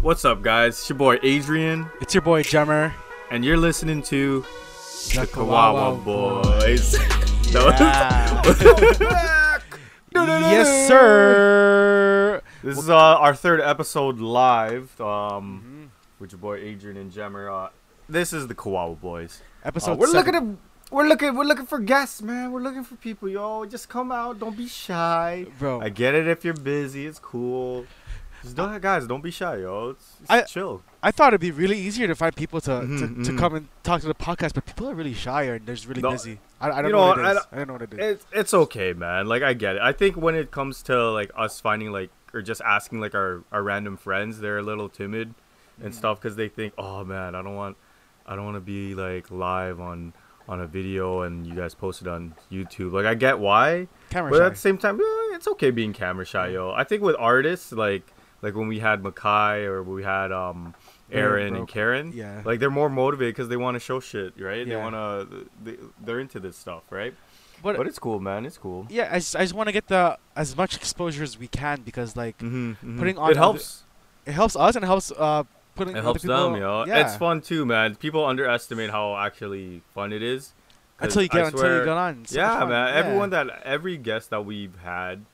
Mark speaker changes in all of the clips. Speaker 1: What's up, guys? It's your boy Adrian,
Speaker 2: It's your boy Jummer.
Speaker 1: and you're listening to the Kawawa
Speaker 2: Kawawa
Speaker 1: Boys.
Speaker 2: Yeah.
Speaker 1: That was-
Speaker 2: yes, sir.
Speaker 1: This is uh, our third episode live um, with your boy Adrian and Jemmer. Uh, this is the Kawawa Boys. Uh,
Speaker 2: Episode.
Speaker 1: Oh, we're
Speaker 2: seven.
Speaker 1: looking at we're looking we're looking for guests, man. We're looking for people, yo. Just come out. Don't be shy.
Speaker 2: bro.
Speaker 1: I
Speaker 2: I,
Speaker 1: get it if you're busy. It's cool. Just don't, guys, don't be shy, yo. It's, it's
Speaker 2: I-
Speaker 1: chill.
Speaker 2: thought it'd be really easier to find people to, to,
Speaker 1: Mhm, mhm.
Speaker 2: to come and talk to the podcast, but people are really shy and they're just really
Speaker 1: No,
Speaker 2: busy. I, I don't
Speaker 1: you
Speaker 2: know, what
Speaker 1: know,
Speaker 2: it
Speaker 1: I
Speaker 2: is.
Speaker 1: don't-
Speaker 2: I, don't know what it is.
Speaker 1: It's it's okay, man. Like I get it. I think when it comes to like us finding like or just asking like our our random friends, they're a little timid and
Speaker 2: Mm-hmm.
Speaker 1: stuff because they think, oh man, I don't want, I don't want to be like live on on a video and you guys post it on YouTube. Like I get why,
Speaker 2: Camera
Speaker 1: but
Speaker 2: shy.
Speaker 1: at the same time, eh, it's okay being camera shy, yo. I think with artists like like when we had Makai or we had um
Speaker 2: Aaron
Speaker 1: Aaron and
Speaker 2: Broke.
Speaker 1: Karen,
Speaker 2: Yeah.
Speaker 1: like they're more motivated because they want to show shit, right? They
Speaker 2: Yeah.
Speaker 1: want to, they, they're into this stuff, right?
Speaker 2: But-
Speaker 1: but it's cool, man. It's cool.
Speaker 2: yeah, I just, I just want to get the as much exposure as we can because like
Speaker 1: Mm-hmm,
Speaker 2: Putting on
Speaker 1: it
Speaker 2: other-
Speaker 1: helps.
Speaker 2: it helps us and it helps uh putting
Speaker 1: It
Speaker 2: other
Speaker 1: helps
Speaker 2: people,
Speaker 1: them, yo.
Speaker 2: Yeah.
Speaker 1: It's fun too, man. People underestimate how actually fun it is. 'Cause
Speaker 2: until you get
Speaker 1: I
Speaker 2: until you
Speaker 1: swear-
Speaker 2: get on. It's so much
Speaker 1: yeah,
Speaker 2: fun.
Speaker 1: man.
Speaker 2: Yeah.
Speaker 1: Everyone that every guest that we've had,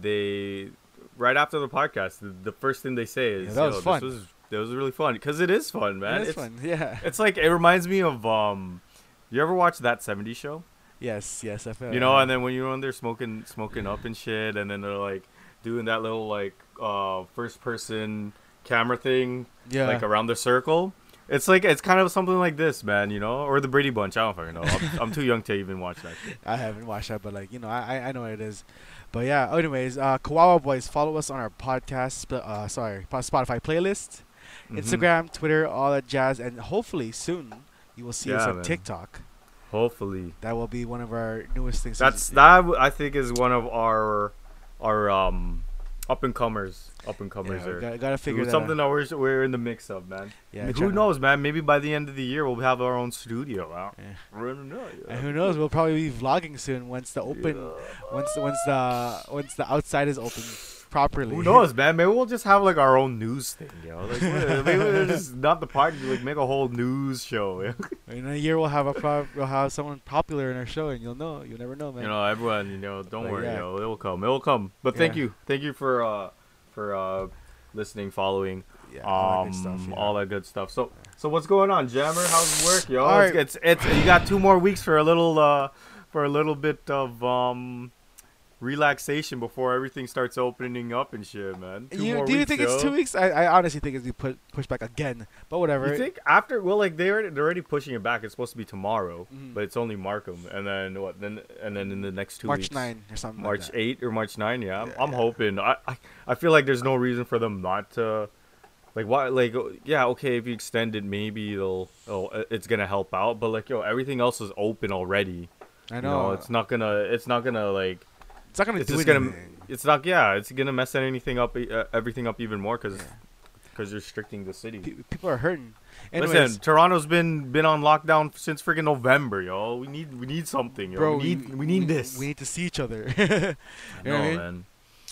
Speaker 1: they right after the podcast, the, the first thing they say is,
Speaker 2: Yeah, that was
Speaker 1: "Yo,
Speaker 2: fun."
Speaker 1: This was that was really fun because it is fun, man.
Speaker 2: It's
Speaker 1: it's
Speaker 2: fun. Yeah.
Speaker 1: It's like it reminds me of um. You ever watch that 70s show?
Speaker 2: Yes. Yes. I feel.
Speaker 1: You know, and then when you're on there smoking smoking up and shit, and then they're like doing that little like uh first person camera thing
Speaker 2: yeah.
Speaker 1: like around the circle. It's like it's kind of something like this, man. You know, or the Brady Bunch. I don't fucking know. I'm, I'm too young to even watch that. Shit.
Speaker 2: I haven't watched that, but like you know, I I- I know what it is. But yeah, anyways, uh, Kawawa Boys, follow us on our podcast. sp- Uh, sorry, po- Spotify playlist,
Speaker 1: Mhm.
Speaker 2: Instagram, Twitter, all that jazz, and hopefully soon you will see us
Speaker 1: Yeah,
Speaker 2: on
Speaker 1: man.
Speaker 2: TikTok.
Speaker 1: Hopefully,
Speaker 2: That will be one of our newest things.
Speaker 1: that's that. I think is one of our our um up and comers, up and comers.
Speaker 2: Yeah,
Speaker 1: or
Speaker 2: gotta, gotta figure that
Speaker 1: something
Speaker 2: out.
Speaker 1: that we're we're in the mix of, man.
Speaker 2: Yeah,
Speaker 1: And
Speaker 2: try-
Speaker 1: who knows, man? Maybe by the end of the year we'll have our own studio. Out.
Speaker 2: Yeah.
Speaker 1: I don't know. yeah.
Speaker 2: And who knows? We'll probably be vlogging soon once the open, once once the once the outside is open properly.
Speaker 1: Who knows, man? Maybe we'll just have like our own news thing, yo. Like, what- maybe we're just not the party. Like, make a whole news show. yo.
Speaker 2: In a year, we'll have a pro- we'll have someone popular in our show, and you'll know. You'll never know, man.
Speaker 1: You know, everyone, you know, don't
Speaker 2: But
Speaker 1: worry,
Speaker 2: yeah.
Speaker 1: yo, it will come. It will come. But thank
Speaker 2: Yeah.
Speaker 1: you. Thank you for uh for uh listening, following,
Speaker 2: yeah,
Speaker 1: all
Speaker 2: all
Speaker 1: um
Speaker 2: that good stuff, you know.
Speaker 1: all that good stuff. So so what's going on, Jammer? How's work, yo?
Speaker 2: All right.
Speaker 1: It's, it's it's you got two more weeks for a little uh for a little bit of um relaxation before everything starts opening up and shit, man. Two
Speaker 2: You,
Speaker 1: more
Speaker 2: do you
Speaker 1: weeks,
Speaker 2: think
Speaker 1: yo.
Speaker 2: it's two weeks? I, I honestly think it's be put pushed back again. But whatever.
Speaker 1: You think after well, like they already, they're already pushing it back. It's supposed to be tomorrow,
Speaker 2: Mhm.
Speaker 1: but it's only Markham, and then what? Then and then in the next two
Speaker 2: March
Speaker 1: weeks,
Speaker 2: 9 or something.
Speaker 1: March
Speaker 2: like that.
Speaker 1: 8 or March 9, yeah. I'm,
Speaker 2: Yeah,
Speaker 1: I'm
Speaker 2: yeah.
Speaker 1: hoping. I, I I feel like there's no reason for them not to like why like oh, yeah, okay, if you extend it maybe they'll oh uh, it's going to help out, but like yo, everything else is open already.
Speaker 2: I
Speaker 1: You
Speaker 2: know.
Speaker 1: know, it's not going to it's not going to like
Speaker 2: it's not gonna
Speaker 1: it's
Speaker 2: do
Speaker 1: just going to
Speaker 2: anything.
Speaker 1: it's not yeah, it's going to mess anything up uh, everything up even more cuz
Speaker 2: Yeah.
Speaker 1: cuz you're restricting the city.
Speaker 2: Pe- people are hurting. Anyways,
Speaker 1: Listen, Toronto's been been on lockdown since freaking November, yo. We need we need something, yo.
Speaker 2: bro,
Speaker 1: we need we, need this.
Speaker 2: We need to see each other. You
Speaker 1: I
Speaker 2: know what
Speaker 1: know,
Speaker 2: I mean?
Speaker 1: man.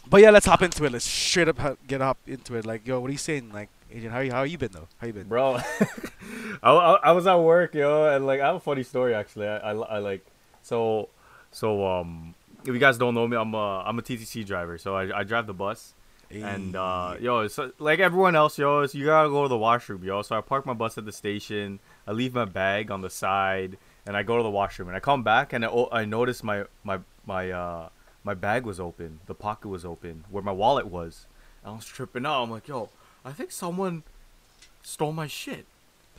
Speaker 2: But yeah, let's hop into it. Let's straight up ho- get up into it. Like, yo, what are you saying? Like, Agent, how you how you been though? How you been?
Speaker 1: bro I, I, I was at work yo and like i have a funny story actually I, I, I like so so um if you guys don't know me i'm a i'm a ttc driver so i, I drive the bus and uh yo it's uh, like everyone else yo it's, you gotta go to the washroom yo so i park my bus at the station i leave my bag on the side and i go to the washroom and i come back and i, o- I notice my my my uh my bag was open the pocket was open where my wallet was and i was tripping out i'm like yo i think someone stole my shit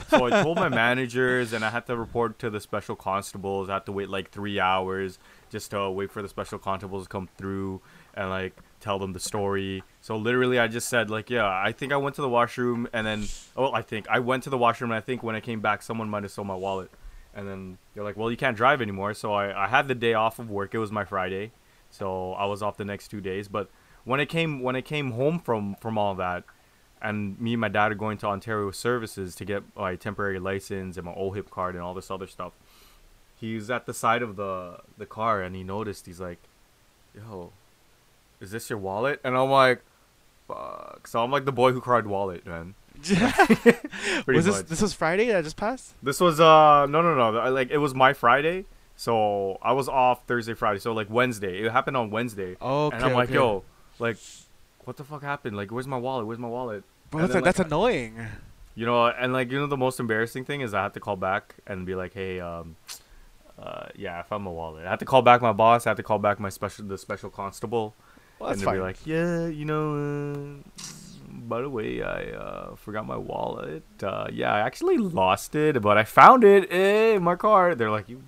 Speaker 1: so I told my managers, and I had to report to the special constables. I had to wait like three hours just to wait for the special constables to come through and like tell them the story. So literally, I just said like, yeah, I think I went to the washroom, and then oh, I think I went to the washroom, and I think when I came back, someone might have stole my wallet. And then they're like, well, you can't drive anymore. So I, I had the day off of work. It was my Friday, so I was off the next two days. But when I came when I came home from from all that, and me and my dad are going to Ontario Services to get my temporary license and my OHIP card and all this other stuff. He's at the side of the the car and he noticed. He's like, "Yo, is this your wallet?" And I'm like, "Fuck!" So I'm like the boy who cried wallet, man. Pretty
Speaker 2: was this
Speaker 1: much.
Speaker 2: this was Friday that just passed?
Speaker 1: This was uh no no no I- like it was my Friday, so I was off Thursday Friday. So like Wednesday, it happened on Wednesday.
Speaker 2: Okay,
Speaker 1: and I'm like
Speaker 2: okay.
Speaker 1: yo, like what the fuck happened? Like where's my wallet? Where's my wallet?
Speaker 2: Bro,
Speaker 1: And
Speaker 2: that's,
Speaker 1: then,
Speaker 2: that's
Speaker 1: like,
Speaker 2: annoying.
Speaker 1: You know, and like you know the most embarrassing thing is I had to call back and be like, hey, um, uh, yeah, I found my wallet. I had to call back my boss. I had to call back my special the special constable.
Speaker 2: Well,
Speaker 1: and
Speaker 2: that's
Speaker 1: they'd
Speaker 2: fine.
Speaker 1: be like, yeah, you know, uh, by the way, I uh, forgot my wallet. Uh, yeah, I actually lost it, but I found it eh, in my car. They're like, you.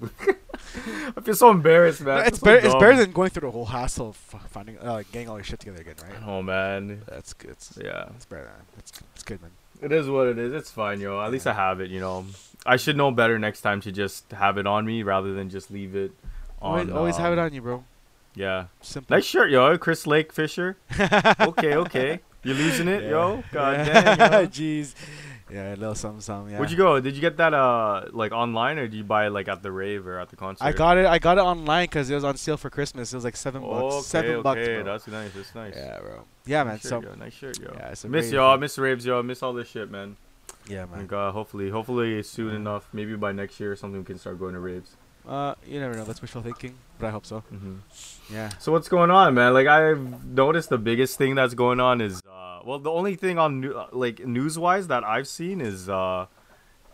Speaker 1: I feel so embarrassed, man. I feel
Speaker 2: it's
Speaker 1: so
Speaker 2: better. It's
Speaker 1: dumb.
Speaker 2: better than going through the whole hassle of f- finding, uh, like, getting all your shit together again, right?
Speaker 1: Oh man,
Speaker 2: That's good. It's,
Speaker 1: yeah,
Speaker 2: it's better. Man. It's, it's good, man.
Speaker 1: it is what it is. It's fine, yo. At least I have it, you know. I should know better next time to just have it on me rather than just leave it. On,
Speaker 2: always always have it
Speaker 1: um,
Speaker 2: on you, bro.
Speaker 1: Yeah,
Speaker 2: Simple.
Speaker 1: nice shirt, yo, Chris Lake Fisher. okay, okay, you're losing it,
Speaker 2: Yeah.
Speaker 1: yo. God
Speaker 2: yeah.
Speaker 1: damn, yo.
Speaker 2: Jeez. Yeah, a little something, something. Yeah.
Speaker 1: Where'd you go? Did you get that uh like online or did you buy it like at the rave or at the concert?
Speaker 2: I got it. I got it online because it was on sale for Christmas. It was like seven bucks.
Speaker 1: okay,
Speaker 2: seven
Speaker 1: okay,
Speaker 2: bucks, bro.
Speaker 1: That's nice. That's nice.
Speaker 2: Yeah, bro. Yeah, man.
Speaker 1: Nice
Speaker 2: So
Speaker 1: shirt, yo. nice shirt, yo.
Speaker 2: Yeah, it's a
Speaker 1: miss
Speaker 2: rave,
Speaker 1: y'all,
Speaker 2: man.
Speaker 1: miss raves, y'all, miss all this shit, man.
Speaker 2: yeah, man.
Speaker 1: Like, uh, hopefully, hopefully soon
Speaker 2: Yeah.
Speaker 1: enough, maybe by next year or something, we can start going to raves.
Speaker 2: Uh, you never know. That's wishful thinking, but I hope so.
Speaker 1: Mm-hmm.
Speaker 2: Yeah.
Speaker 1: So what's going on, man? Like I've noticed the biggest thing that's going on is, uh, well, the only thing on new, uh, like news-wise that I've seen is uh,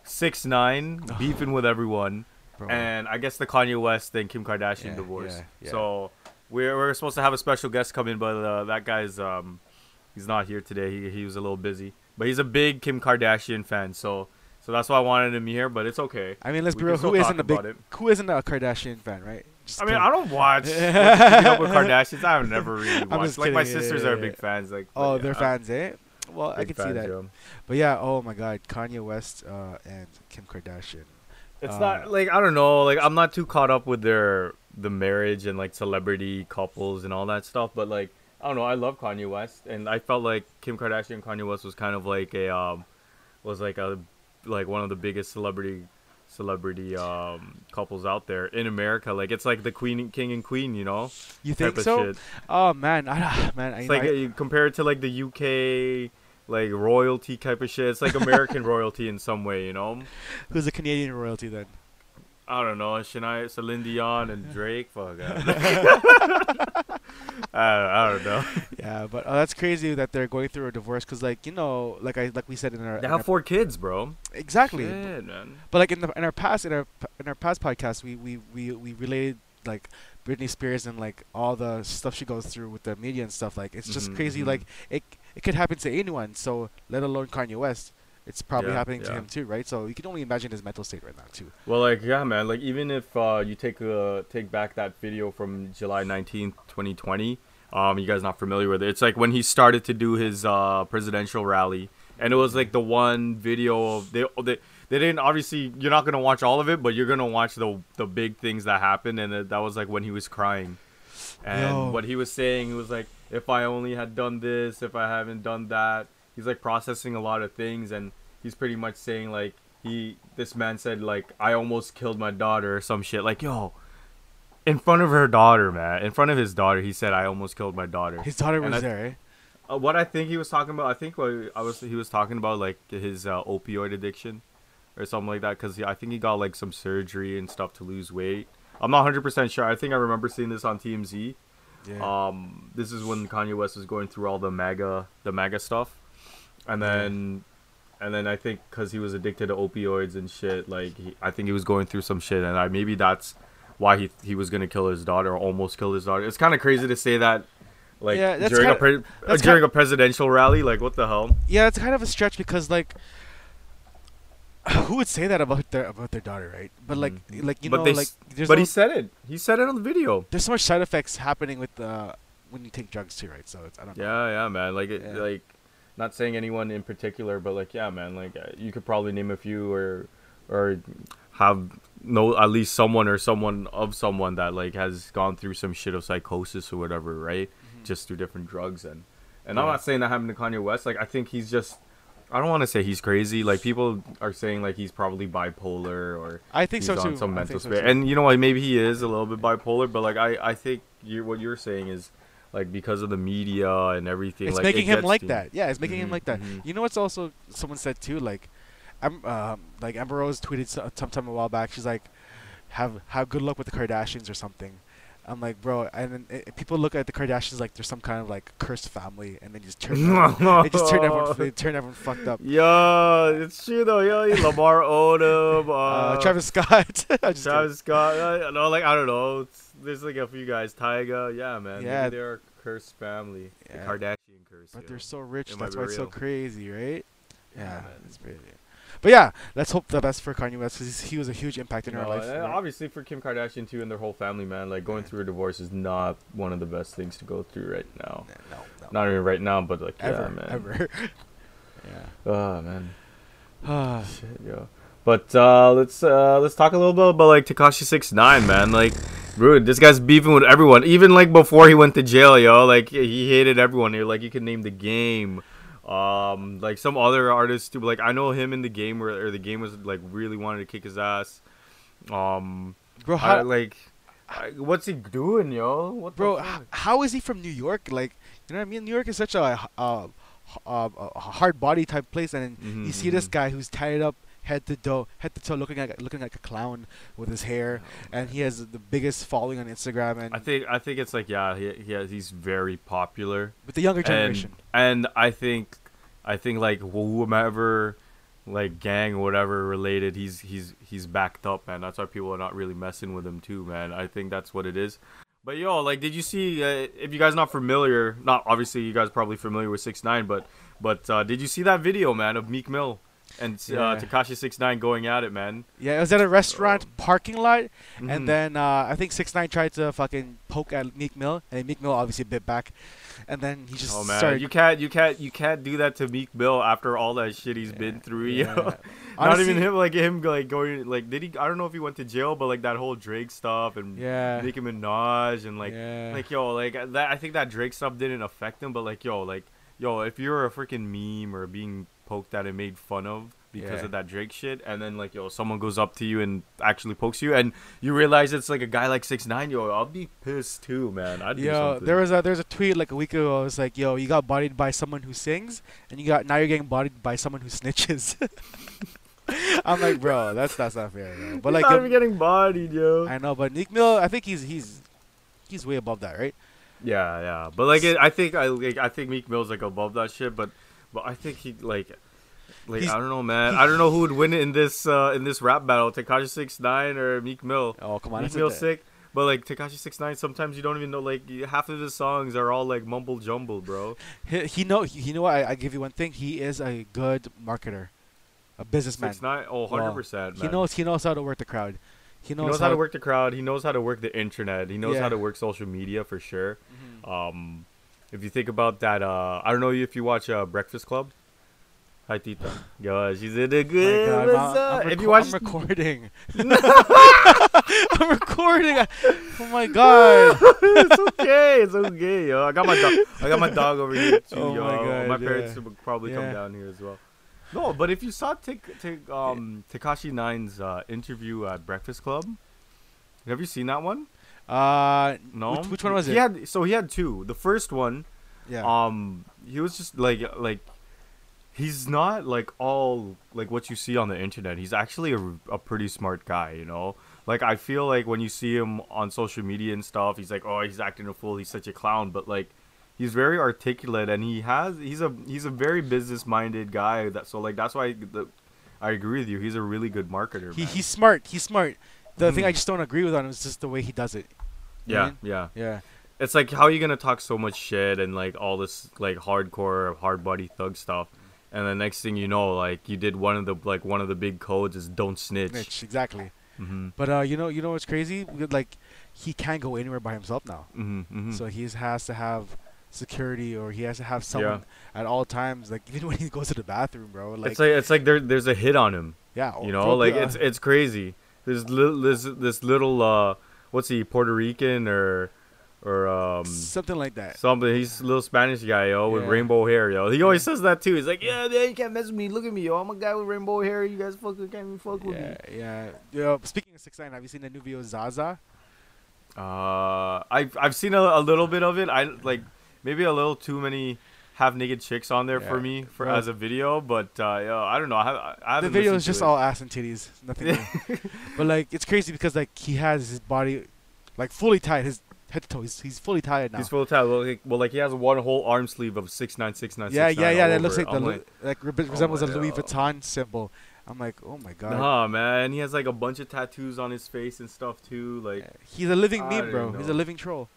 Speaker 1: six nine beefing with everyone.
Speaker 2: Oh. Bro.
Speaker 1: and I guess the Kanye West and Kim Kardashian
Speaker 2: Yeah,
Speaker 1: divorce.
Speaker 2: yeah, yeah.
Speaker 1: So we're, we're supposed to have a special guest come in, but uh, that guy's um, he's not here today. He, he was a little busy, but he's a big Kim Kardashian fan. So so that's why I wanted him here, but it's okay.
Speaker 2: I mean, let's
Speaker 1: we
Speaker 2: be
Speaker 1: can
Speaker 2: real.
Speaker 1: still
Speaker 2: Who
Speaker 1: talk
Speaker 2: isn't a big?
Speaker 1: about it.
Speaker 2: Who isn't a Kardashian fan, right? Just
Speaker 1: I mean,
Speaker 2: kidding.
Speaker 1: I don't watch what's keeping up with Kardashians. I've never really
Speaker 2: I'm
Speaker 1: watched.
Speaker 2: just
Speaker 1: Like my
Speaker 2: kidding, yeah,
Speaker 1: sisters
Speaker 2: yeah,
Speaker 1: are
Speaker 2: yeah.
Speaker 1: big fans. Like
Speaker 2: Oh,
Speaker 1: like,
Speaker 2: they're
Speaker 1: I'm
Speaker 2: fans, eh? Well, I
Speaker 1: uh, big
Speaker 2: can see
Speaker 1: fans,
Speaker 2: that.
Speaker 1: yo.
Speaker 2: But yeah, oh my God, Kanye West uh, and Kim Kardashian.
Speaker 1: It's
Speaker 2: Uh,
Speaker 1: not like I don't know. Like I'm not too caught up with their the marriage and like celebrity couples and all that stuff. But like I don't know. I love Kanye West, and I felt like Kim Kardashian and Kanye West was kind of like a um was like a like one of the biggest celebrity celebrity um couples out there in America. Like it's like the queen, king and queen, you know,
Speaker 2: You
Speaker 1: type
Speaker 2: think
Speaker 1: of
Speaker 2: so?
Speaker 1: shit.
Speaker 2: Oh man, I man, I,
Speaker 1: It's
Speaker 2: know,
Speaker 1: like
Speaker 2: I-
Speaker 1: you compare it to like the UK like royalty type of shit. It's like American royalty in some way, you know.
Speaker 2: who's the Canadian royalty then?
Speaker 1: I don't know, Shania, Celine Dion, and Drake. Fuck, I don't know. I, I don't know.
Speaker 2: Yeah, but oh, that's crazy that they're going through a divorce because, like, you know, like I like we said in our, in
Speaker 1: They
Speaker 2: our-
Speaker 1: have four kids, bro.
Speaker 2: exactly.
Speaker 1: Shit, man.
Speaker 2: But like in the in our past in our p- in our past podcast, we we we we related like Britney Spears and like all the stuff she goes through with the media and stuff. Like it's just
Speaker 1: Mhm,
Speaker 2: crazy.
Speaker 1: mhm.
Speaker 2: Like it it could happen to anyone. So let alone Kanye West, it's probably
Speaker 1: Yeah,
Speaker 2: happening to
Speaker 1: yeah.
Speaker 2: him too, right? So you can only imagine his mental state right now too.
Speaker 1: Well, like, yeah, man. Like, even if uh, you take uh, take back that video from July nineteenth, twenty twenty, um, you guys not familiar with it? It's like when he started to do his uh, presidential rally, and it was like the one video of they oh, they they didn't obviously you're not gonna watch all of it, but you're gonna watch the the big things that happened, and that that was like when he was crying, and
Speaker 2: Yo.
Speaker 1: what he was saying he was like, if I only had done this, if I haven't done that, he's like processing a lot of things, and he's pretty much saying like he this man said like I almost killed my daughter or some shit like yo in front of her daughter man in front of his daughter he said I almost killed my daughter
Speaker 2: His daughter
Speaker 1: And
Speaker 2: was
Speaker 1: I-
Speaker 2: there, eh?
Speaker 1: uh, what I think he was talking about I think what I was he was talking about like his uh, opioid addiction or something like that cuz I think he got like some surgery and stuff to lose weight I'm not 100% sure I think I remember seeing this on TMZ
Speaker 2: Yeah.
Speaker 1: um, this is when Kanye West was going through all the MAGA, the MAGA stuff, and then, and then I think because he was addicted to opioids and shit, like he, I think he was going through some shit, and I maybe that's why he he was gonna kill his daughter or almost kill his daughter. It's kind of crazy to say that, like
Speaker 2: Yeah, that's
Speaker 1: during a pre-
Speaker 2: kinda-
Speaker 1: uh,
Speaker 2: that's
Speaker 1: during a presidential rally, like what the hell?
Speaker 2: yeah, it's kind of a stretch because like. Who would say that about their about their daughter, right? But like, like
Speaker 1: Mm-hmm.
Speaker 2: you
Speaker 1: but
Speaker 2: know,
Speaker 1: they,
Speaker 2: like
Speaker 1: s-
Speaker 2: there's
Speaker 1: but
Speaker 2: no-
Speaker 1: he said it. He said it on the video.
Speaker 2: there's so much side effects happening with uh, when you take drugs too, right? So it's, I don't know.
Speaker 1: Yeah, yeah, man. Like, it,
Speaker 2: Yeah.
Speaker 1: like, not saying anyone in particular, but like, yeah, man. Like, uh, you could probably name a few or, or have no at least someone or someone of someone that like has gone through some shit of psychosis or whatever, right? Just through different drugs and, and I'm
Speaker 2: Mm-hmm. Yeah.
Speaker 1: not saying that happened to Kanye West. Like, I think he's just. I don't want to say he's crazy. Like people are saying, like he's probably bipolar or
Speaker 2: I think
Speaker 1: he's
Speaker 2: so
Speaker 1: on
Speaker 2: too.
Speaker 1: some
Speaker 2: I
Speaker 1: mental
Speaker 2: think so
Speaker 1: space.
Speaker 2: too.
Speaker 1: And you know what? Maybe he is a little bit bipolar, but like I, I think you, what you're saying is like because of the media and everything.
Speaker 2: It's
Speaker 1: like,
Speaker 2: making
Speaker 1: it
Speaker 2: him
Speaker 1: gets
Speaker 2: like
Speaker 1: to you.
Speaker 2: that. Yeah, it's making him
Speaker 1: Mhm,
Speaker 2: like that.
Speaker 1: mhm.
Speaker 2: You know what's also someone said too, like, I'm um, like Amber Rose tweeted so- sometime a while back. She's like, "Have have good luck with the Kardashians or something." I'm like, bro, and then it, people look at the Kardashians like they're some kind of like cursed family, and they just turn everyone- they just turn everyone they turn everyone fucked up.
Speaker 1: Yo, it's true though. Yo, Lamar Odom, uh,
Speaker 2: Uh, Travis Scott. I'm just kidding.
Speaker 1: Travis Scott. uh, No, like I don't know. It's, there's like a few guys. Tyga, yeah, man.
Speaker 2: Yeah.
Speaker 1: Maybe they're a cursed family.
Speaker 2: Yeah.
Speaker 1: The Kardashian curse.
Speaker 2: But
Speaker 1: yo.
Speaker 2: they're so rich.
Speaker 1: It might
Speaker 2: that's
Speaker 1: be
Speaker 2: why it's so
Speaker 1: real.
Speaker 2: crazy, right? Yeah,
Speaker 1: man.
Speaker 2: it's crazy. But yeah, let's hope the best for Kanye West because he was a huge impact in
Speaker 1: You
Speaker 2: our
Speaker 1: know,
Speaker 2: life.
Speaker 1: and
Speaker 2: right?
Speaker 1: Obviously, for Kim Kardashian too and their whole family, man. Like going
Speaker 2: Yeah.
Speaker 1: through a divorce is not one of the best things to go through right now.
Speaker 2: No, no,
Speaker 1: Not even right now, but like
Speaker 2: ever,
Speaker 1: yeah, man.
Speaker 2: ever. yeah.
Speaker 1: Oh man.
Speaker 2: Ah,
Speaker 1: Shit, yo. But uh, let's uh, let's talk a little bit about like Takashi Six Nine, man. Like, dude, this guy's beefing with everyone. Even like before he went to jail, yo. Like he hated everyone. You're like you can name the game. Um, like some other artists too. Like I know him in the game where or the game was like really wanted to kick his ass. Um,
Speaker 2: bro,
Speaker 1: I,
Speaker 2: how,
Speaker 1: like, I- what's he doing, yo? What the
Speaker 2: bro,
Speaker 1: fuck?
Speaker 2: h- how is he from New York? Like, you know what I mean? New York is such a h- uh, h- uh, a hard body type place, and then you see this
Speaker 1: Mhm.
Speaker 2: guy who's tied up head to toe, head to toe, looking like looking like a clown with his hair, and he has the biggest following on Instagram and
Speaker 1: Oh, I think I think it's like yeah, he, he has, he's very popular.
Speaker 2: with the younger generation.
Speaker 1: And, and I think, I think like whomever, like gang or whatever related, he's he's he's backed up, man. That's why people are not really messing with him too, man. I think that's what it is. But yo, like, did you see? Uh, if you guys not familiar, not obviously you guys probably familiar with Six Nine, but but uh, did you see that video, man, of Meek Mill and uh,
Speaker 2: Yeah.
Speaker 1: Takashi Six Nine going at it, man?
Speaker 2: Yeah, it was at a restaurant
Speaker 1: Oh.
Speaker 2: parking lot,
Speaker 1: Mhm.
Speaker 2: and then uh, I think Six Nine tried to fucking poke at Meek Mill, and Meek Mill obviously bit back, and then he just
Speaker 1: Oh man,
Speaker 2: started.
Speaker 1: you can't, you can't, you can't do that to Meek Mill after all that shit he's been through.
Speaker 2: yeah.
Speaker 1: Yo. Not even him, like him, like going, like did he? I don't know if he went to jail, but like that whole Drake stuff and
Speaker 2: Yeah.
Speaker 1: Nicki Minaj and like,
Speaker 2: yeah.
Speaker 1: like yo, like that. I think that Drake stuff didn't affect him, but like yo, like yo, if you're a freaking meme or being poked at and made fun of because
Speaker 2: Yeah.
Speaker 1: of that Drake shit, and then like yo, someone goes up to you and actually pokes you, and you realize it's like a guy like six nine, yo, I'll be pissed too, man. I'd do
Speaker 2: Yo,
Speaker 1: something.
Speaker 2: there was a there was a tweet like a week ago. It was like, "Yo, you got bodied by someone who sings, and you got now you're getting bodied by someone who snitches." I'm like, bro, that's that's not fair. Bro. But
Speaker 1: He's
Speaker 2: like,
Speaker 1: not
Speaker 2: um,
Speaker 1: even getting bodied, yo.
Speaker 2: I know, but Nick Mill, I think he's he's he's way above that, right?
Speaker 1: Yeah, yeah, but like it, I think I like I think Meek Mill's like above that shit, but but I think he like like
Speaker 2: He's-
Speaker 1: I don't know, man. I don't know who would win in this uh in this rap battle, Takashi Six Nine or Meek Mill.
Speaker 2: Oh come on,
Speaker 1: Meek
Speaker 2: that's
Speaker 1: Mill
Speaker 2: a,
Speaker 1: sick, but like Takashi Six Nine, sometimes you don't even know like y- half of his songs are all like mumble jumble, bro.
Speaker 2: he, he know he, you know what? I, I give you one thing. He is a good marketer, a businessman.
Speaker 1: Six Nine, oh, 100 percent,
Speaker 2: He
Speaker 1: man.
Speaker 2: knows he knows how to work the crowd. He
Speaker 1: He
Speaker 2: knows,
Speaker 1: knows how to work the crowd. He knows how to work the internet. He knows
Speaker 2: Yeah.
Speaker 1: how to work social media for sure.
Speaker 2: Mhm.
Speaker 1: Um, if you think about that, uh, I don't know if you watch uh, Breakfast Club. Hi, Tita. Yo, she's in a
Speaker 2: Oh my
Speaker 1: good.
Speaker 2: God, I'm-
Speaker 1: what's up?
Speaker 2: I'm,
Speaker 1: if
Speaker 2: reco-
Speaker 1: you watch,
Speaker 2: I'm recording. I'm recording. I- Oh my god.
Speaker 1: it's okay. It's okay, yo. I got my dog. I got my dog over here too,
Speaker 2: Oh
Speaker 1: yo.
Speaker 2: my God, yeah.
Speaker 1: parents would probably
Speaker 2: Yeah.
Speaker 1: come down here as well. No, but if you saw Tik Tik- um, Takashi Nine's uh, interview at Breakfast Club, have you seen that one?
Speaker 2: Uh,
Speaker 1: No.
Speaker 2: Which, which one was
Speaker 1: he
Speaker 2: it?
Speaker 1: Had, so he had two. The first one
Speaker 2: yeah.
Speaker 1: um he was just like like he's not like all like what you see on the internet he's actually a, a pretty smart guy you know like i feel like when you see him on social media and stuff he's like oh he's acting a fool he's such a clown but like he's very articulate and he has he's a he's a very business minded guy that so like that's why the, i agree with you he's a really good marketer
Speaker 2: he,
Speaker 1: man.
Speaker 2: he's smart. He's smart. The thing
Speaker 1: Mhm.
Speaker 2: I just don't agree with on him is just the way he does it. You know
Speaker 1: yeah
Speaker 2: what I mean?
Speaker 1: yeah
Speaker 2: Yeah.
Speaker 1: it's like how are you gonna talk so much shit and like all this like hardcore hard body thug stuff and the next thing you know like you did one of the like one of the big codes is don't snitch
Speaker 2: Mitch, exactly.
Speaker 1: mm-hmm.
Speaker 2: But uh, you know, you know what's crazy? We- Like, he can't go anywhere by himself now.
Speaker 1: Mm-hmm. hmm
Speaker 2: So he has to have security, or he has to have someone at all times. Like even when he goes to the bathroom, bro. Like,
Speaker 1: it's like it's like there, there's a hit on him
Speaker 2: yeah.
Speaker 1: you
Speaker 2: oh,
Speaker 1: know
Speaker 2: bro,
Speaker 1: like
Speaker 2: uh,
Speaker 1: it's it's crazy this little this, this little uh what's he puerto rican or or um
Speaker 2: something like that.
Speaker 1: Something he's a little Spanish guy, yo, with
Speaker 2: Yeah.
Speaker 1: rainbow hair, yo. He always says that too. He's like, Yeah, man, you can't mess with me. Look at me, yo. I'm a guy with rainbow hair. You guys fucking can't even fuck with me.
Speaker 2: Yeah, yeah. Yo, speaking of six nine, have you seen the new video Zaza?
Speaker 1: Uh, I've I've seen a, a little bit of it. I like maybe a little too many half naked chicks on there for
Speaker 2: Yeah.
Speaker 1: me for
Speaker 2: Well-
Speaker 1: as a video, but uh, yo, I don't know. I, have, I
Speaker 2: the
Speaker 1: haven't
Speaker 2: video
Speaker 1: listened
Speaker 2: is
Speaker 1: to
Speaker 2: just
Speaker 1: it.
Speaker 2: all ass and titties, nothing.
Speaker 1: Yeah.
Speaker 2: more. but like, it's crazy because like he has his body, like fully tied, his head to toe. He's, he's fully tied now.
Speaker 1: He's full of tattoos. Well, like, well, like he has one whole arm sleeve of six nine six nine.
Speaker 2: yeah, yeah, yeah. That
Speaker 1: That
Speaker 2: looks like the
Speaker 1: I'm
Speaker 2: Lu-
Speaker 1: like,
Speaker 2: like re- resembles a
Speaker 1: my
Speaker 2: Louis
Speaker 1: God.
Speaker 2: Vuitton symbol. I'm like, oh my god.
Speaker 1: nah, man. He has like a bunch of tattoos on his face and stuff too. Like,
Speaker 2: He's a living
Speaker 1: I
Speaker 2: meme,
Speaker 1: don't
Speaker 2: bro. He's a
Speaker 1: know.
Speaker 2: living troll.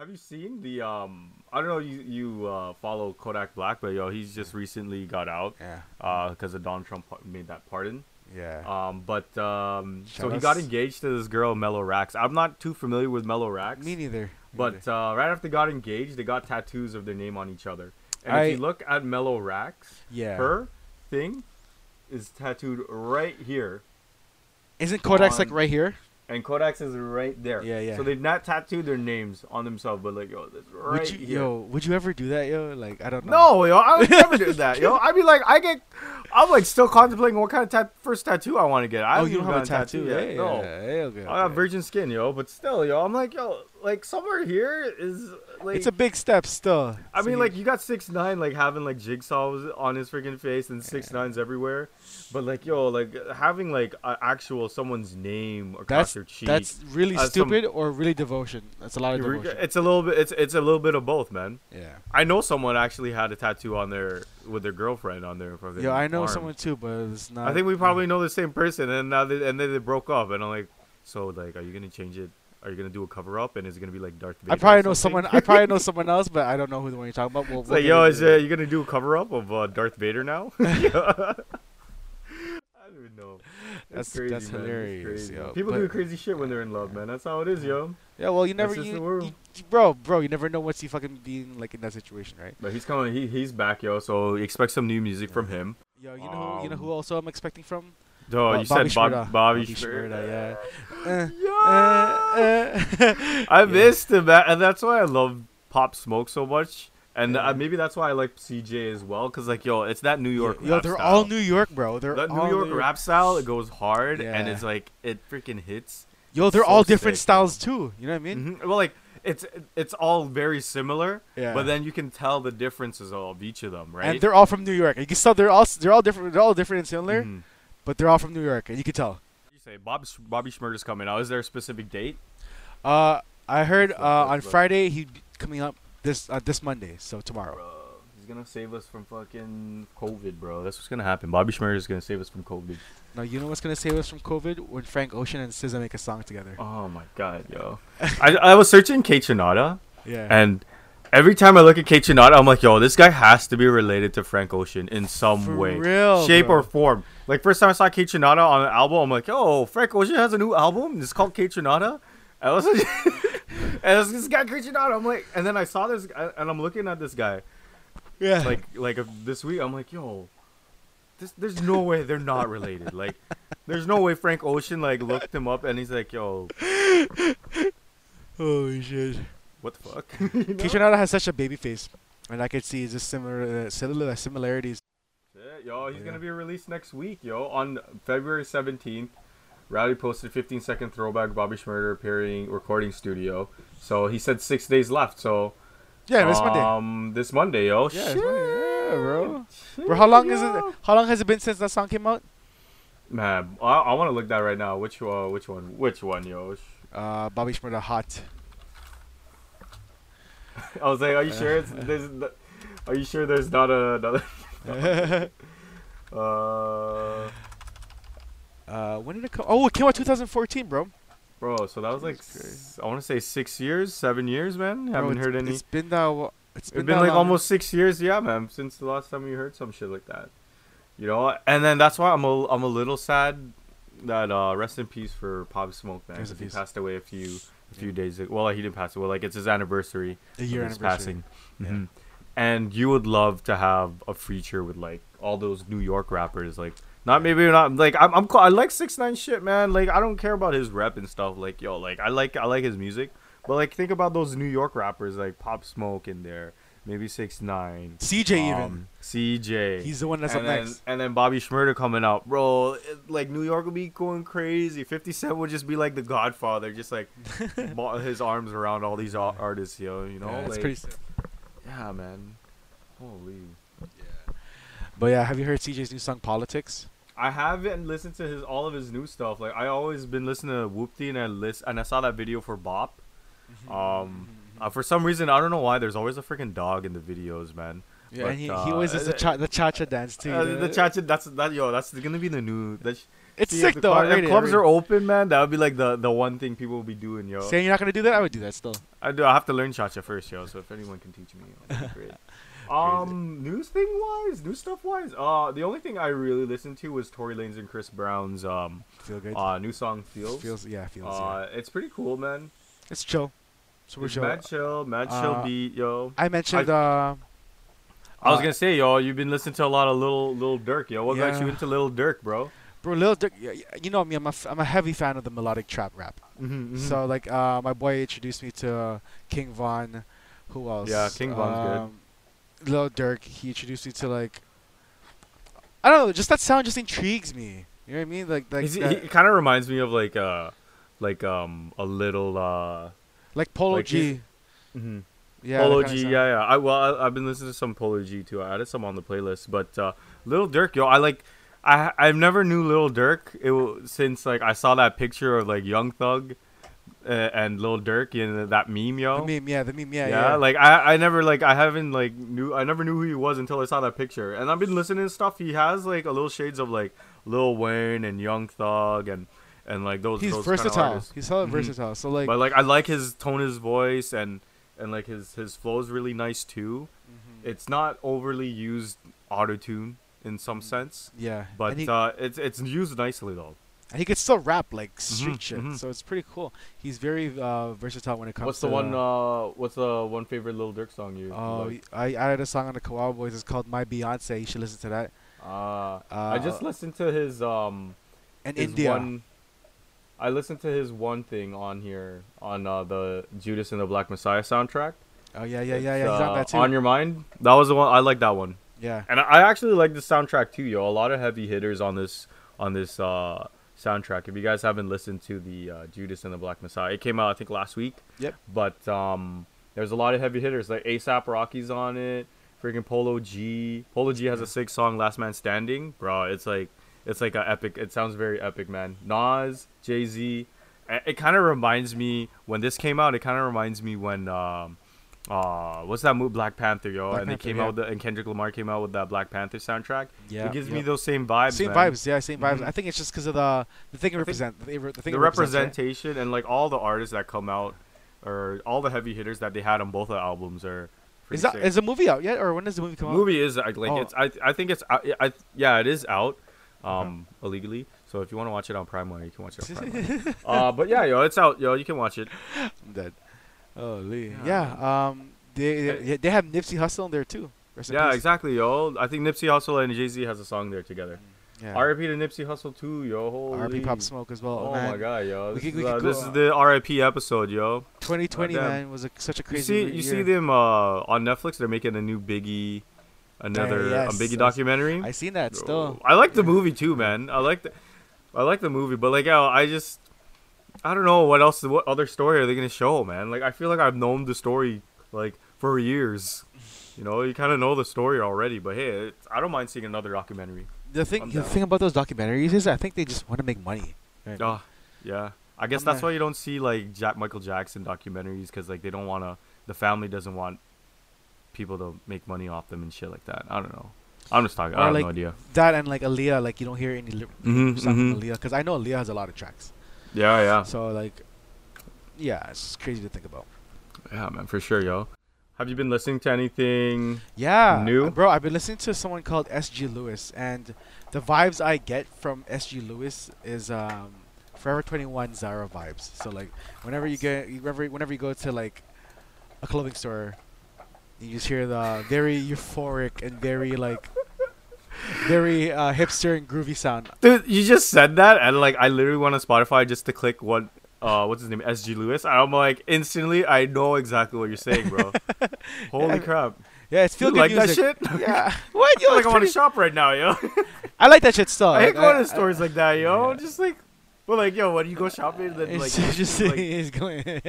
Speaker 1: have you seen the um? I don't know. You you uh, follow Kodak Black, but yo, he's just recently got out
Speaker 2: Yeah,
Speaker 1: because of Donald Trump par- made that pardon.
Speaker 2: yeah.
Speaker 1: Um, but um, so he
Speaker 2: Jealous?
Speaker 1: got engaged to this girl, Mellow Rax. I'm not too familiar with Mellow Rax,
Speaker 2: Me neither. Me neither.
Speaker 1: but uh, right after they got engaged, they got tattoos of their name on each other. And
Speaker 2: I-
Speaker 1: if you look at Mellow Rax,
Speaker 2: yeah,
Speaker 1: her thing is tattooed right here,
Speaker 2: isn't Kodak's like
Speaker 1: on-
Speaker 2: right here?
Speaker 1: and Kodak's is right there.
Speaker 2: Yeah, yeah.
Speaker 1: So they've not tattooed their names on themselves, but like, yo, that's right
Speaker 2: would you,
Speaker 1: here.
Speaker 2: yo, would you ever do that, yo? Like, I don't know.
Speaker 1: No, yo, I would never do that, yo. I'd be like, I get, I'm like still contemplating what kind of tat- first tattoo I want to get. I
Speaker 2: oh,
Speaker 1: haven't
Speaker 2: you don't
Speaker 1: even
Speaker 2: have a
Speaker 1: gotten
Speaker 2: tattoo,
Speaker 1: yet.
Speaker 2: Yeah,
Speaker 1: no.
Speaker 2: yeah, yeah, okay,
Speaker 1: I got
Speaker 2: okay.
Speaker 1: virgin skin, yo, but still, yo, I'm like, yo, like somewhere here is like.
Speaker 2: it's a big step still.
Speaker 1: I
Speaker 2: It's a
Speaker 1: mean,
Speaker 2: huge-
Speaker 1: like you got six nine, like having like jigsaws on his freaking face and six nines everywhere, but like yo, like having like a actual someone's name across
Speaker 2: that's
Speaker 1: your cheek.
Speaker 2: that's really
Speaker 1: uh, some-
Speaker 2: stupid or really devotion. That's a lot of
Speaker 1: You re-
Speaker 2: devotion.
Speaker 1: it's a little bit. It's it's a little bit of both, man.
Speaker 2: yeah.
Speaker 1: I know someone actually had a tattoo on their with their girlfriend on their. fucking
Speaker 2: Yo, I know
Speaker 1: arm.
Speaker 2: someone too, but it's not.
Speaker 1: I think we probably know the same person, and now they, and then they broke up, and I'm like, so like, are you gonna change it? Are you gonna do a cover up, and is it gonna be like Darth Vader?
Speaker 2: I
Speaker 1: or
Speaker 2: probably know
Speaker 1: something?
Speaker 2: someone. I probably know someone else, but I don't know who the one you're talking about. We'll,
Speaker 1: It's
Speaker 2: we'll
Speaker 1: like,
Speaker 2: get
Speaker 1: yo,
Speaker 2: into
Speaker 1: is uh,
Speaker 2: it.
Speaker 1: you gonna do a cover up of uh, Darth Vader now? I don't even know.
Speaker 2: That's- that's
Speaker 1: man.
Speaker 2: hilarious, yo,
Speaker 1: People
Speaker 2: but-
Speaker 1: do crazy shit when they're in love, man. That's how it is, yo.
Speaker 2: Yeah, well, you
Speaker 1: That's
Speaker 2: never,
Speaker 1: just
Speaker 2: you,
Speaker 1: the world.
Speaker 2: you- you- bro, bro, you never know what's he fucking being like in that situation, right?
Speaker 1: But he's coming. He, he's back, yo. So expect some new music from him.
Speaker 2: Yo, you know, who, you know
Speaker 1: Um,
Speaker 2: who also I'm expecting from?
Speaker 1: Oh,
Speaker 2: Bo-
Speaker 1: you
Speaker 2: Bobby
Speaker 1: said Bob,
Speaker 2: Shmurda.
Speaker 1: Bobby,
Speaker 2: Bobby
Speaker 1: Shmurda.
Speaker 2: Shmurda, yeah.
Speaker 1: Yo!
Speaker 2: Uh, uh,
Speaker 1: I
Speaker 2: yeah.
Speaker 1: missed him, man. and that's why I love Pop Smoke so much. And
Speaker 2: Yeah.
Speaker 1: uh, maybe that's why I like CJ as well, cause like yo, it's that New York.
Speaker 2: Yo,
Speaker 1: rap
Speaker 2: they're
Speaker 1: style.
Speaker 2: all New York, bro. They're
Speaker 1: That
Speaker 2: all
Speaker 1: New York rap style it goes hard, and
Speaker 2: Yeah.
Speaker 1: it's like it freaking hits.
Speaker 2: Yo, they're
Speaker 1: so
Speaker 2: all different
Speaker 1: sick,
Speaker 2: styles too. You know what I mean?
Speaker 1: Mhm. Well, like it's it's all very similar,
Speaker 2: Yeah.
Speaker 1: but then you can tell the differences of each of them, right?
Speaker 2: And they're all from New York. You can tell they're all s- they're all different. They're all different and similar,
Speaker 1: Mhm.
Speaker 2: but they're all from New York, and you can tell.
Speaker 1: You say Bob Sh- Bobby Schmurder's coming out. Is there a specific date?
Speaker 2: Uh, I heard uh,
Speaker 1: That's what- that's
Speaker 2: on
Speaker 1: what-
Speaker 2: Friday he'd be coming up this uh, this Monday, so tomorrow.
Speaker 1: Bro, Uh, he's gonna save us from fucking COVID, bro. That's what's gonna happen. Bobby Schmurder's gonna save us from COVID.
Speaker 2: Now you know what's gonna save us from COVID when Frank Ocean and SZA make a song together.
Speaker 1: Oh my god, yo! I I was searching Kate Chinada,
Speaker 2: yeah.
Speaker 1: and every time I look at Kate Chinada, I'm like, yo, this guy has to be related to Frank Ocean in some
Speaker 2: For
Speaker 1: way,
Speaker 2: real,
Speaker 1: shape
Speaker 2: bro.
Speaker 1: or form. Like first time I saw Kate Chinada on an album, I'm like, yo, Frank Ocean has a new album. It's called Kate Chinada. And I was like, and this, this guy Kate Chinada. I'm like, and then I saw this, guy- and I'm looking at this guy
Speaker 2: yeah.
Speaker 1: like like if this week. I'm like, yo, this, there's no way they're not related. Like, there's no way Frank Ocean like looked him up, and he's like, yo,
Speaker 2: holy shit.
Speaker 1: what the fuck? You know?
Speaker 2: Kishanada has such a baby face, and I could see just similar uh, similar similarities.
Speaker 1: Yeah, yo, he's
Speaker 2: Yeah.
Speaker 1: gonna be released next week, yo. On February seventeenth, Rowdy posted fifteen second throwback Bobby Schmurder appearing recording studio. So he said six days left. So
Speaker 2: Yeah, this Monday.
Speaker 1: um, this Monday, yo.
Speaker 2: Yeah, it's Monday. Yeah, bro.
Speaker 1: Shit,
Speaker 2: Bro, how long is it?
Speaker 1: yo.
Speaker 2: How long has it been since that song came out?
Speaker 1: Man, I, I want to look that right now. Which uh, which one? Which one, yo? Sh-
Speaker 2: Uh, Bobby Shmurda Hot.
Speaker 1: I was like, are you sure? It's, there's, n- are you sure there's not a, another? Uh,
Speaker 2: uh, when did it come? Oh, it came out 2014, bro.
Speaker 1: bro, so that was like,
Speaker 2: Jesus
Speaker 1: s- I want to say six years, seven years, man.
Speaker 2: Bro,
Speaker 1: Haven't
Speaker 2: it's-
Speaker 1: heard any.
Speaker 2: It's been that. wa- It's been,
Speaker 1: It's been
Speaker 2: that
Speaker 1: like
Speaker 2: long.
Speaker 1: almost six years, yeah, man, since the last time you heard some shit like that. You know, and then that's why I'm a I'm a little sad that uh rest in peace for Pop Smoke, man,
Speaker 2: Rest in
Speaker 1: 'cause he
Speaker 2: peace.
Speaker 1: passed away a few a few
Speaker 2: Yeah.
Speaker 1: days ago. Well, like, he didn't pass away. Like it's his anniversary
Speaker 2: a year
Speaker 1: of his
Speaker 2: anniversary.
Speaker 1: passing.
Speaker 2: Yeah.
Speaker 1: Mhm. And you would love to have a feature with like all those New York rappers, like not maybe not like I'm I'm cool. I like six nine shit, man. Like I don't care about his rep and stuff. Like yo, like I like I like his music, but like think about those New York rappers like Pop Smoke in there, maybe six nine.
Speaker 2: CJ
Speaker 1: Um, CJ.
Speaker 2: even. He's the one that's
Speaker 1: and
Speaker 2: up
Speaker 1: then,
Speaker 2: next.
Speaker 1: and then Bobby Schmurder coming out, bro. it- like New York would be going crazy. Fifty Cent would just be like the Godfather, just like ball- his arms around all these ar- artists, yo. You know,
Speaker 2: yeah, it's
Speaker 1: like,
Speaker 2: pretty sick.
Speaker 1: yeah, man. Holy,
Speaker 2: But yeah, have you heard CJ's new song Politics?
Speaker 1: I haven't listened to his all of his new stuff. Like I always been listening to Whoopty, and I list and I saw that video for Bop.
Speaker 2: Mm-hmm.
Speaker 1: Um, uh, for some reason I don't know why. There's always a freaking dog in the videos, man.
Speaker 2: Yeah,
Speaker 1: But,
Speaker 2: and he,
Speaker 1: uh,
Speaker 2: he always does the cha the cha cha dance too.
Speaker 1: Uh,
Speaker 2: the-
Speaker 1: the cha that's that yo. That's gonna be the new. That's
Speaker 2: it's
Speaker 1: See, if
Speaker 2: sick
Speaker 1: the
Speaker 2: though.
Speaker 1: club-
Speaker 2: I
Speaker 1: if
Speaker 2: rate it, I
Speaker 1: clubs
Speaker 2: rate
Speaker 1: are
Speaker 2: it.
Speaker 1: open, man, that would be like the the one thing people will be doing, yo.
Speaker 2: Saying you're not gonna do that, I would do that still.
Speaker 1: I do. I have to learn cha-cha first, yo. So if anyone can teach me, that'd be great. um, news thing wise, news stuff wise, uh, the only thing I really listened to was Tory Lanez and Chris Brown's um
Speaker 2: Feel good.
Speaker 1: uh new song feels.
Speaker 2: feels yeah, feels. yeah.
Speaker 1: uh, it's pretty cool, man.
Speaker 2: It's chill. Super
Speaker 1: It's
Speaker 2: chill.
Speaker 1: mad chill, mad chill
Speaker 2: Uh,
Speaker 1: beat, yo.
Speaker 2: I mentioned uh,
Speaker 1: I was
Speaker 2: uh,
Speaker 1: gonna say, yo, you've been listening to a lot of little little Dirk, yo. What got
Speaker 2: Yeah.
Speaker 1: you into little Dirk, bro?
Speaker 2: bro, Lil Durk. y- y- You know me. I'm a f- I'm a heavy fan of the melodic trap rap.
Speaker 1: Mm-hmm,
Speaker 2: So like, uh, my boy introduced me to uh, King Von. Who else?
Speaker 1: Yeah, King Von's good.
Speaker 2: good. Lil Durk. He introduced me to like. I don't know. Just that sound just intrigues me. You know what I mean? Like like
Speaker 1: He's- he,
Speaker 2: that-
Speaker 1: kind of reminds me of like uh like um a little uh
Speaker 2: like Polo
Speaker 1: like he's-
Speaker 2: G. Yeah. that
Speaker 1: Polo
Speaker 2: kinda
Speaker 1: G,
Speaker 2: sound.
Speaker 1: yeah, yeah. I well, I, I've been listening to some Polo G too. I added some on the playlist, but uh, Little Dirk, yo, I like. I I've never knew Little Dirk it, wa- since like I saw that picture of like Young Thug uh, and Little Dirk in that meme, yo.
Speaker 2: The meme, yeah, the meme, yeah,
Speaker 1: yeah,
Speaker 2: yeah.
Speaker 1: like I, I never like I haven't like knew I never knew who he was until I saw that picture, and I've been listening to stuff. He has like a little shades of like Lil Wayne and Young Thug and and like those.
Speaker 2: he's
Speaker 1: those kinda
Speaker 2: versatile.
Speaker 1: artists.
Speaker 2: He's hella
Speaker 1: Mhm.
Speaker 2: versatile. So like,
Speaker 1: but like I like his tone, his voice, and and like his his flow is really nice too. It's not overly used auto tune in some sense,
Speaker 2: yeah.
Speaker 1: but
Speaker 2: and he,
Speaker 1: uh, it's it's used nicely though.
Speaker 2: and he could still rap like street shit.
Speaker 1: mhm.
Speaker 2: So it's pretty cool. He's very uh, versatile when it comes.
Speaker 1: What's
Speaker 2: to
Speaker 1: the one? Uh, what's the one favorite Little Dirk song you?
Speaker 2: Oh,
Speaker 1: like?
Speaker 2: I added a song on the Kawawa Boys. It's called "My Beyonce." You should listen to that.
Speaker 1: Uh,
Speaker 2: Uh,
Speaker 1: I just listened to his um
Speaker 2: and
Speaker 1: his
Speaker 2: India.
Speaker 1: one. I listened to his one thing on here on uh, the Judas and the Black Messiah soundtrack.
Speaker 2: oh yeah, yeah,
Speaker 1: It's,
Speaker 2: yeah, yeah. He's
Speaker 1: uh,
Speaker 2: on that too.
Speaker 1: On your mind. That was the one I like that one.
Speaker 2: yeah,
Speaker 1: And I- I actually like the soundtrack too, yo. A lot of heavy hitters on this on this uh, soundtrack. If you guys haven't listened to the uh, Judas and the Black Messiah, it came out I think last week.
Speaker 2: Yep.
Speaker 1: But um, there's a lot of heavy hitters like ASAP Rocky's on it. Freaking Polo G. Polo G has a six song Last Man Standing, bro. It's like it's like a epic. It sounds very epic, man. Nas, Jay Z. It kind of reminds me when this came out. It kind of reminds me when um, uh, what's that movie Black Panther, yo?
Speaker 2: Black
Speaker 1: and
Speaker 2: Panther,
Speaker 1: they came
Speaker 2: yeah.
Speaker 1: out with the, and Kendrick Lamar came out with that Black Panther soundtrack.
Speaker 2: yeah.
Speaker 1: it gives me
Speaker 2: yeah.
Speaker 1: those same vibes.
Speaker 2: same
Speaker 1: man.
Speaker 2: vibes. Yeah, same vibes.
Speaker 1: Mhm.
Speaker 2: I think it's just because of the the thing it represent. The, re- the thing
Speaker 1: the
Speaker 2: it represents, right?
Speaker 1: representation and like all the artists that come out, or all the heavy hitters that they had on both the albums are. pretty
Speaker 2: Is that
Speaker 1: sick.
Speaker 2: is the movie out yet, or when does the movie come out?
Speaker 1: movie is like, like
Speaker 2: Oh. Uh-huh.
Speaker 1: it's I I think it's I, I yeah it is out, um illegally. So if you want to watch it on Prime, Wire, you can watch it on Prime. Wire. uh, but yeah, yo, it's out, yo. You can watch it.
Speaker 2: I'm dead. Oh, Lee.
Speaker 1: Yeah.
Speaker 2: Yeah. Um. They yeah, they have Nipsey Hussle in there too. Rest in
Speaker 1: Yeah,
Speaker 2: peace.
Speaker 1: exactly, yo. I think Nipsey Hussle and Jay Z has a song there together.
Speaker 2: Yeah.
Speaker 1: R.I.P. to Nipsey Hussle too, yo. Holy.
Speaker 2: R.P. Pop Smoke as well.
Speaker 1: Oh
Speaker 2: man.
Speaker 1: my god, yo!
Speaker 2: We
Speaker 1: This,
Speaker 2: could- we
Speaker 1: is, uh,
Speaker 2: could
Speaker 1: this
Speaker 2: go-
Speaker 1: is the RIP episode, yo.
Speaker 2: 2020
Speaker 1: Goddamn.
Speaker 2: man was a, such a
Speaker 1: You
Speaker 2: crazy.
Speaker 1: see,
Speaker 2: re-
Speaker 1: you see
Speaker 2: year.
Speaker 1: them uh, on Netflix. They're making a new Biggie, another
Speaker 2: yes,
Speaker 1: a Biggie
Speaker 2: I-
Speaker 1: documentary.
Speaker 2: I seen that still.
Speaker 1: I like the movie too, man. I like the, I like the movie, but like, yo, I just, I don't know what else, what other story are they gonna show, man? Like, I feel like I've known the story like for years. You know, you kind of know the story already, but hey, it's, I don't mind seeing another documentary.
Speaker 2: The thing,
Speaker 1: I'm
Speaker 2: the
Speaker 1: down.
Speaker 2: thing about those documentaries is, I think they just want to make money. Right.
Speaker 1: Oh, yeah. I guess
Speaker 2: I'm
Speaker 1: that's
Speaker 2: not-
Speaker 1: why you don't see like Jack Michael Jackson documentaries because like they don't want to. The family doesn't want people to make money off them and shit like that. I don't know. I'm just talking.
Speaker 2: Or,
Speaker 1: I have
Speaker 2: like, Mm-hmm,
Speaker 1: no idea.
Speaker 2: That and like Aaliyah, like you don't hear any li-
Speaker 1: Mhm,
Speaker 2: stuff from
Speaker 1: mhm.
Speaker 2: Aaliyah because I know Aaliyah has a lot of tracks.
Speaker 1: Uh-huh. Yeah, yeah,
Speaker 2: So like, yeah, it's just crazy to think about.
Speaker 1: yeah, man, for sure, yo. Have you been listening to anything?
Speaker 2: Yeah,
Speaker 1: New?
Speaker 2: bro. I've been listening to someone called S.G. Lewis, and the vibes I get from S.G. Lewis is um, Forever 21 Zara vibes. So like, whenever you get, whenever whenever you go to like a clothing store, you just hear the very euphoric and very like very uh, hipster and groovy sound.
Speaker 1: Dude, you just said that, and like I literally went on Spotify just to click what, uh, what's his name, S.G. Lewis. And I'm like, instantly, I know exactly what you're saying, bro. Holy
Speaker 2: Yeah.
Speaker 1: crap!
Speaker 2: Yeah, it's feel
Speaker 1: You
Speaker 2: good
Speaker 1: like that
Speaker 2: music.
Speaker 1: shit?
Speaker 2: Yeah. what? Yo,
Speaker 1: I feel like I
Speaker 2: it's
Speaker 1: want to
Speaker 2: pretty-
Speaker 1: shop right now, yo.
Speaker 2: I like that shit still.
Speaker 1: I hate
Speaker 2: Like,
Speaker 1: going
Speaker 2: I-
Speaker 1: to stores like that, yo.
Speaker 2: yeah.
Speaker 1: Just like, but like, yo, when you go shopping, then like,
Speaker 2: It's
Speaker 1: it's
Speaker 2: just
Speaker 1: like,
Speaker 2: it's going.
Speaker 1: it's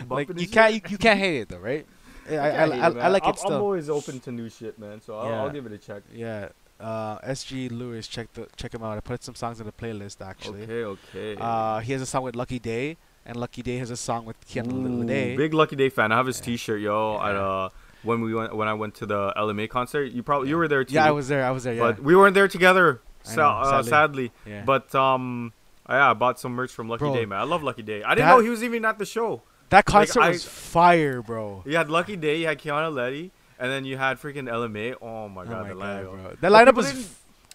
Speaker 1: bumping
Speaker 2: like
Speaker 1: and
Speaker 2: you
Speaker 1: shit.
Speaker 2: can't you, you can't hate it though, right? I I, I,
Speaker 1: can't hate
Speaker 2: I,
Speaker 1: it, man.
Speaker 2: like
Speaker 1: I'm,
Speaker 2: it still.
Speaker 1: I'm always open to new shit, man. So I'll, I'll
Speaker 2: Yeah.
Speaker 1: give it a check.
Speaker 2: yeah. Uh, SG Lewis, check the check him out. I put some songs in the playlist actually.
Speaker 1: Okay, okay.
Speaker 2: Uh, he has a song with Lucky Day, and Lucky Day has a song with Kian
Speaker 1: Ooh,
Speaker 2: Little Day.
Speaker 1: Big Lucky Day fan. I have his
Speaker 2: Yeah.
Speaker 1: T-shirt, yo. At
Speaker 2: Yeah.
Speaker 1: uh, when we went when I went to the LMA concert, you probably you were there too.
Speaker 2: yeah, I was there. I was there. Yeah.
Speaker 1: But we weren't there together,
Speaker 2: I
Speaker 1: so,
Speaker 2: know,
Speaker 1: uh,
Speaker 2: sadly.
Speaker 1: sadly.
Speaker 2: yeah.
Speaker 1: But um, yeah, I bought some merch from Lucky
Speaker 2: Bro,
Speaker 1: Day, man. I love Lucky Day. I didn't
Speaker 2: that-
Speaker 1: know he was even at the show.
Speaker 2: that concert
Speaker 1: I-
Speaker 2: was fire, bro. Oh
Speaker 1: You had Lucky Day, you had Kiana Letty, and then you had freaking LMA. Oh my
Speaker 2: Oh
Speaker 1: god,
Speaker 2: my
Speaker 1: the
Speaker 2: god,
Speaker 1: lineup.
Speaker 2: bro. That
Speaker 1: But
Speaker 2: lineup
Speaker 1: people
Speaker 2: was
Speaker 1: didn't-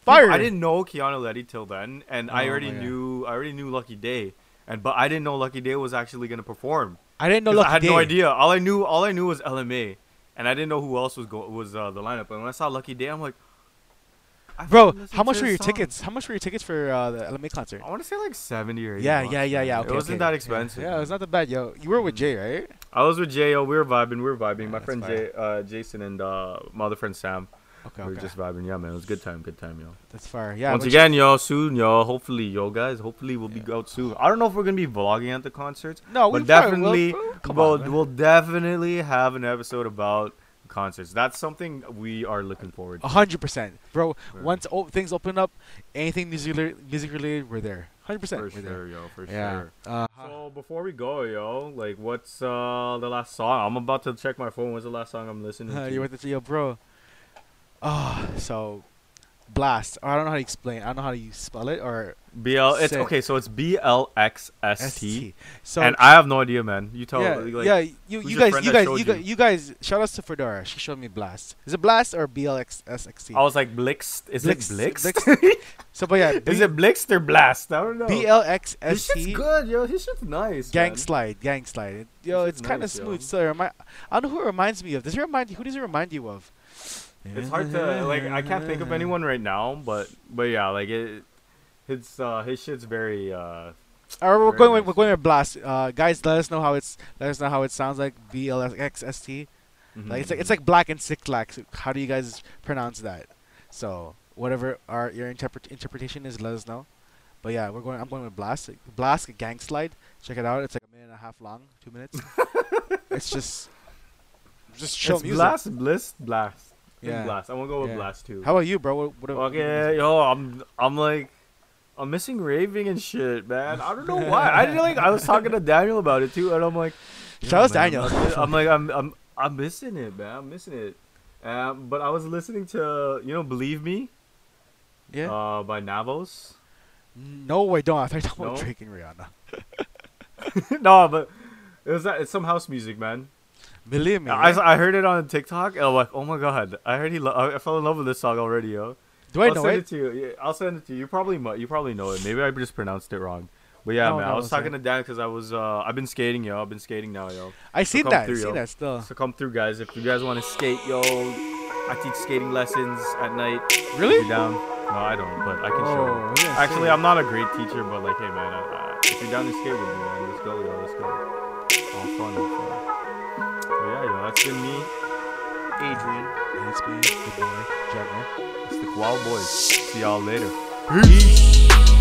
Speaker 2: fire.
Speaker 1: I didn't know Kiana Letty till then, and I
Speaker 2: Oh
Speaker 1: already
Speaker 2: my God.
Speaker 1: knew I already knew Lucky Day, and but I didn't know Lucky Day was actually gonna perform.
Speaker 2: I didn't know
Speaker 1: 'Cause
Speaker 2: Lucky
Speaker 1: I had
Speaker 2: Day.
Speaker 1: no idea. All I knew, all I knew was LMA, and I didn't know who else was go- was uh, the lineup. And when I saw Lucky Day, I'm like, I fucking
Speaker 2: Bro,
Speaker 1: listened
Speaker 2: how
Speaker 1: to
Speaker 2: much
Speaker 1: this
Speaker 2: were your
Speaker 1: song.
Speaker 2: tickets? How much were your tickets for uh, the LMA concert?
Speaker 1: I want to say like seventy or 80
Speaker 2: Yeah,
Speaker 1: bucks,
Speaker 2: yeah, yeah, yeah.
Speaker 1: man.
Speaker 2: Okay,
Speaker 1: it wasn't
Speaker 2: okay.
Speaker 1: that
Speaker 2: Yeah,
Speaker 1: expensive.
Speaker 2: Yeah, it's not that bad, yo. You were with Jay, right?
Speaker 1: I was with J.O. We were vibing. We were vibing.
Speaker 2: Yeah,
Speaker 1: My
Speaker 2: that's
Speaker 1: friend Jay, uh, Jason and uh, my other friend Sam.
Speaker 2: Okay,
Speaker 1: we were
Speaker 2: okay.
Speaker 1: just vibing. Yeah, man, it was a good time. Good time, yo.
Speaker 2: That's fire. Yeah.
Speaker 1: Once
Speaker 2: which-
Speaker 1: again, yo, soon, yo. Hopefully, yo, guys. Hopefully, we'll be
Speaker 2: Yeah.
Speaker 1: out soon. I don't know if we're gonna be vlogging at the concerts,
Speaker 2: no, we
Speaker 1: but definitely,
Speaker 2: probably will. Bro, come
Speaker 1: we'll,
Speaker 2: on, man.
Speaker 1: we'll definitely have an episode about concerts. That's something we are looking forward to.
Speaker 2: A hundred percent, bro.
Speaker 1: Right.
Speaker 2: Once o- things open up, anything music related, music related, we're there. Hundred percent,
Speaker 1: For
Speaker 2: we're there.
Speaker 1: sure, yo. For
Speaker 2: yeah.
Speaker 1: sure.
Speaker 2: Uh,
Speaker 1: So before we go, yo, like, what's uh the last song? I'm about to check my phone. What's the last song I'm listening
Speaker 2: uh,
Speaker 1: to?
Speaker 2: you went to yo, bro. Oh, so blast. Or I don't know how to explain. I don't know how to spell it or
Speaker 1: BL. It's
Speaker 2: Sick.
Speaker 1: okay. So it's B L X S T.
Speaker 2: So
Speaker 1: And I have no idea, man. You tell.
Speaker 2: yeah,
Speaker 1: like,
Speaker 2: yeah. You,
Speaker 1: who's
Speaker 2: you
Speaker 1: your
Speaker 2: guys,
Speaker 1: friend
Speaker 2: you
Speaker 1: that
Speaker 2: guys,
Speaker 1: showed
Speaker 2: you guys, you guys. Shout outs to Fedora. She showed me blast. Is it blast or blxsxt?
Speaker 1: I was like, Blixt. Is
Speaker 2: Blixt,
Speaker 1: it Blixt?
Speaker 2: Blixt. So, but yeah,
Speaker 1: Is it Blixt or Blast? I don't know. His shit's
Speaker 2: blxsst?
Speaker 1: good, yo. His shit's nice.
Speaker 2: Gang
Speaker 1: man.
Speaker 2: slide, gang slide. It- Yo,
Speaker 1: This
Speaker 2: it's
Speaker 1: is
Speaker 2: kind of
Speaker 1: nice, yo.
Speaker 2: smooth. So it remi- I don't know who it reminds me of. Does it remind you? Who does it remind you of?
Speaker 1: It's hard to like. I can't think of anyone right now, but but yeah, like it. It's uh his shit's very uh
Speaker 2: Alright, we're
Speaker 1: Very
Speaker 2: going.
Speaker 1: nice,
Speaker 2: We're going with blast. Uh, guys, let us know how it's. Let us know how it sounds like. B L S X S T. Like
Speaker 1: mm-hmm.
Speaker 2: it's like it's like black and six lax. How do you guys pronounce that? So whatever our your interpret interpretation is, let us know. But yeah, we're going. I'm going with blast. Blast gang slide. Check it out. It's like a minute and a half long. Two minutes. it's just. Just chill
Speaker 1: it's
Speaker 2: music.
Speaker 1: blast blast blast. Yeah.
Speaker 2: Yeah.
Speaker 1: Blast. I'm gonna go with
Speaker 2: Yeah.
Speaker 1: blast too.
Speaker 2: How about you, bro? What, what, what
Speaker 1: okay, yo, I'm I'm like I'm missing raving and shit, man. I don't know why. I didn't like I was talking to Daniel about it too, and I'm like
Speaker 2: Shout out to
Speaker 1: man,
Speaker 2: Daniel.
Speaker 1: I'm, I'm like I'm I'm I'm missing it, man. I'm missing it. Um, but I was listening to you know Believe Me
Speaker 2: Yeah.
Speaker 1: uh by Navos.
Speaker 2: no, way, don't. I thought you were
Speaker 1: No?
Speaker 2: Drake and Rihanna.
Speaker 1: no, but it was that it's some house music, man.
Speaker 2: Believe me.
Speaker 1: I,
Speaker 2: yeah.
Speaker 1: I heard it on TikTok and I'm like, oh my god, I heard he. Lo- I I fell in love with this song already, yo.
Speaker 2: Do I
Speaker 1: will
Speaker 2: know
Speaker 1: send
Speaker 2: it?
Speaker 1: to you. Yeah, I'll send it to you. You probably mu- you probably know it. Maybe I just pronounced it wrong. But yeah,
Speaker 2: No,
Speaker 1: man, I
Speaker 2: no,
Speaker 1: was
Speaker 2: it's
Speaker 1: talking
Speaker 2: alright.
Speaker 1: to Dan because I was uh, I've been skating, yo. I've been skating now, yo.
Speaker 2: I seen
Speaker 1: come
Speaker 2: that.
Speaker 1: through,
Speaker 2: I
Speaker 1: yo.
Speaker 2: seen that still.
Speaker 1: So come through, guys. If you guys want to skate, yo, I teach skating lessons at night. If
Speaker 2: Really?
Speaker 1: you're down? No, I don't. But I can show. you.
Speaker 2: Oh, yeah,
Speaker 1: Actually,
Speaker 2: sure.
Speaker 1: I'm not a great teacher, but like, hey, man, I, I, if you're down to skate with me, man, let's go, yo, let's go. All fun, all fun. But yeah, yo, that's been me, Adrian.
Speaker 2: And It's me, the boy, Trevor.
Speaker 1: It's the Wild Boys. See y'all later.
Speaker 2: Peace.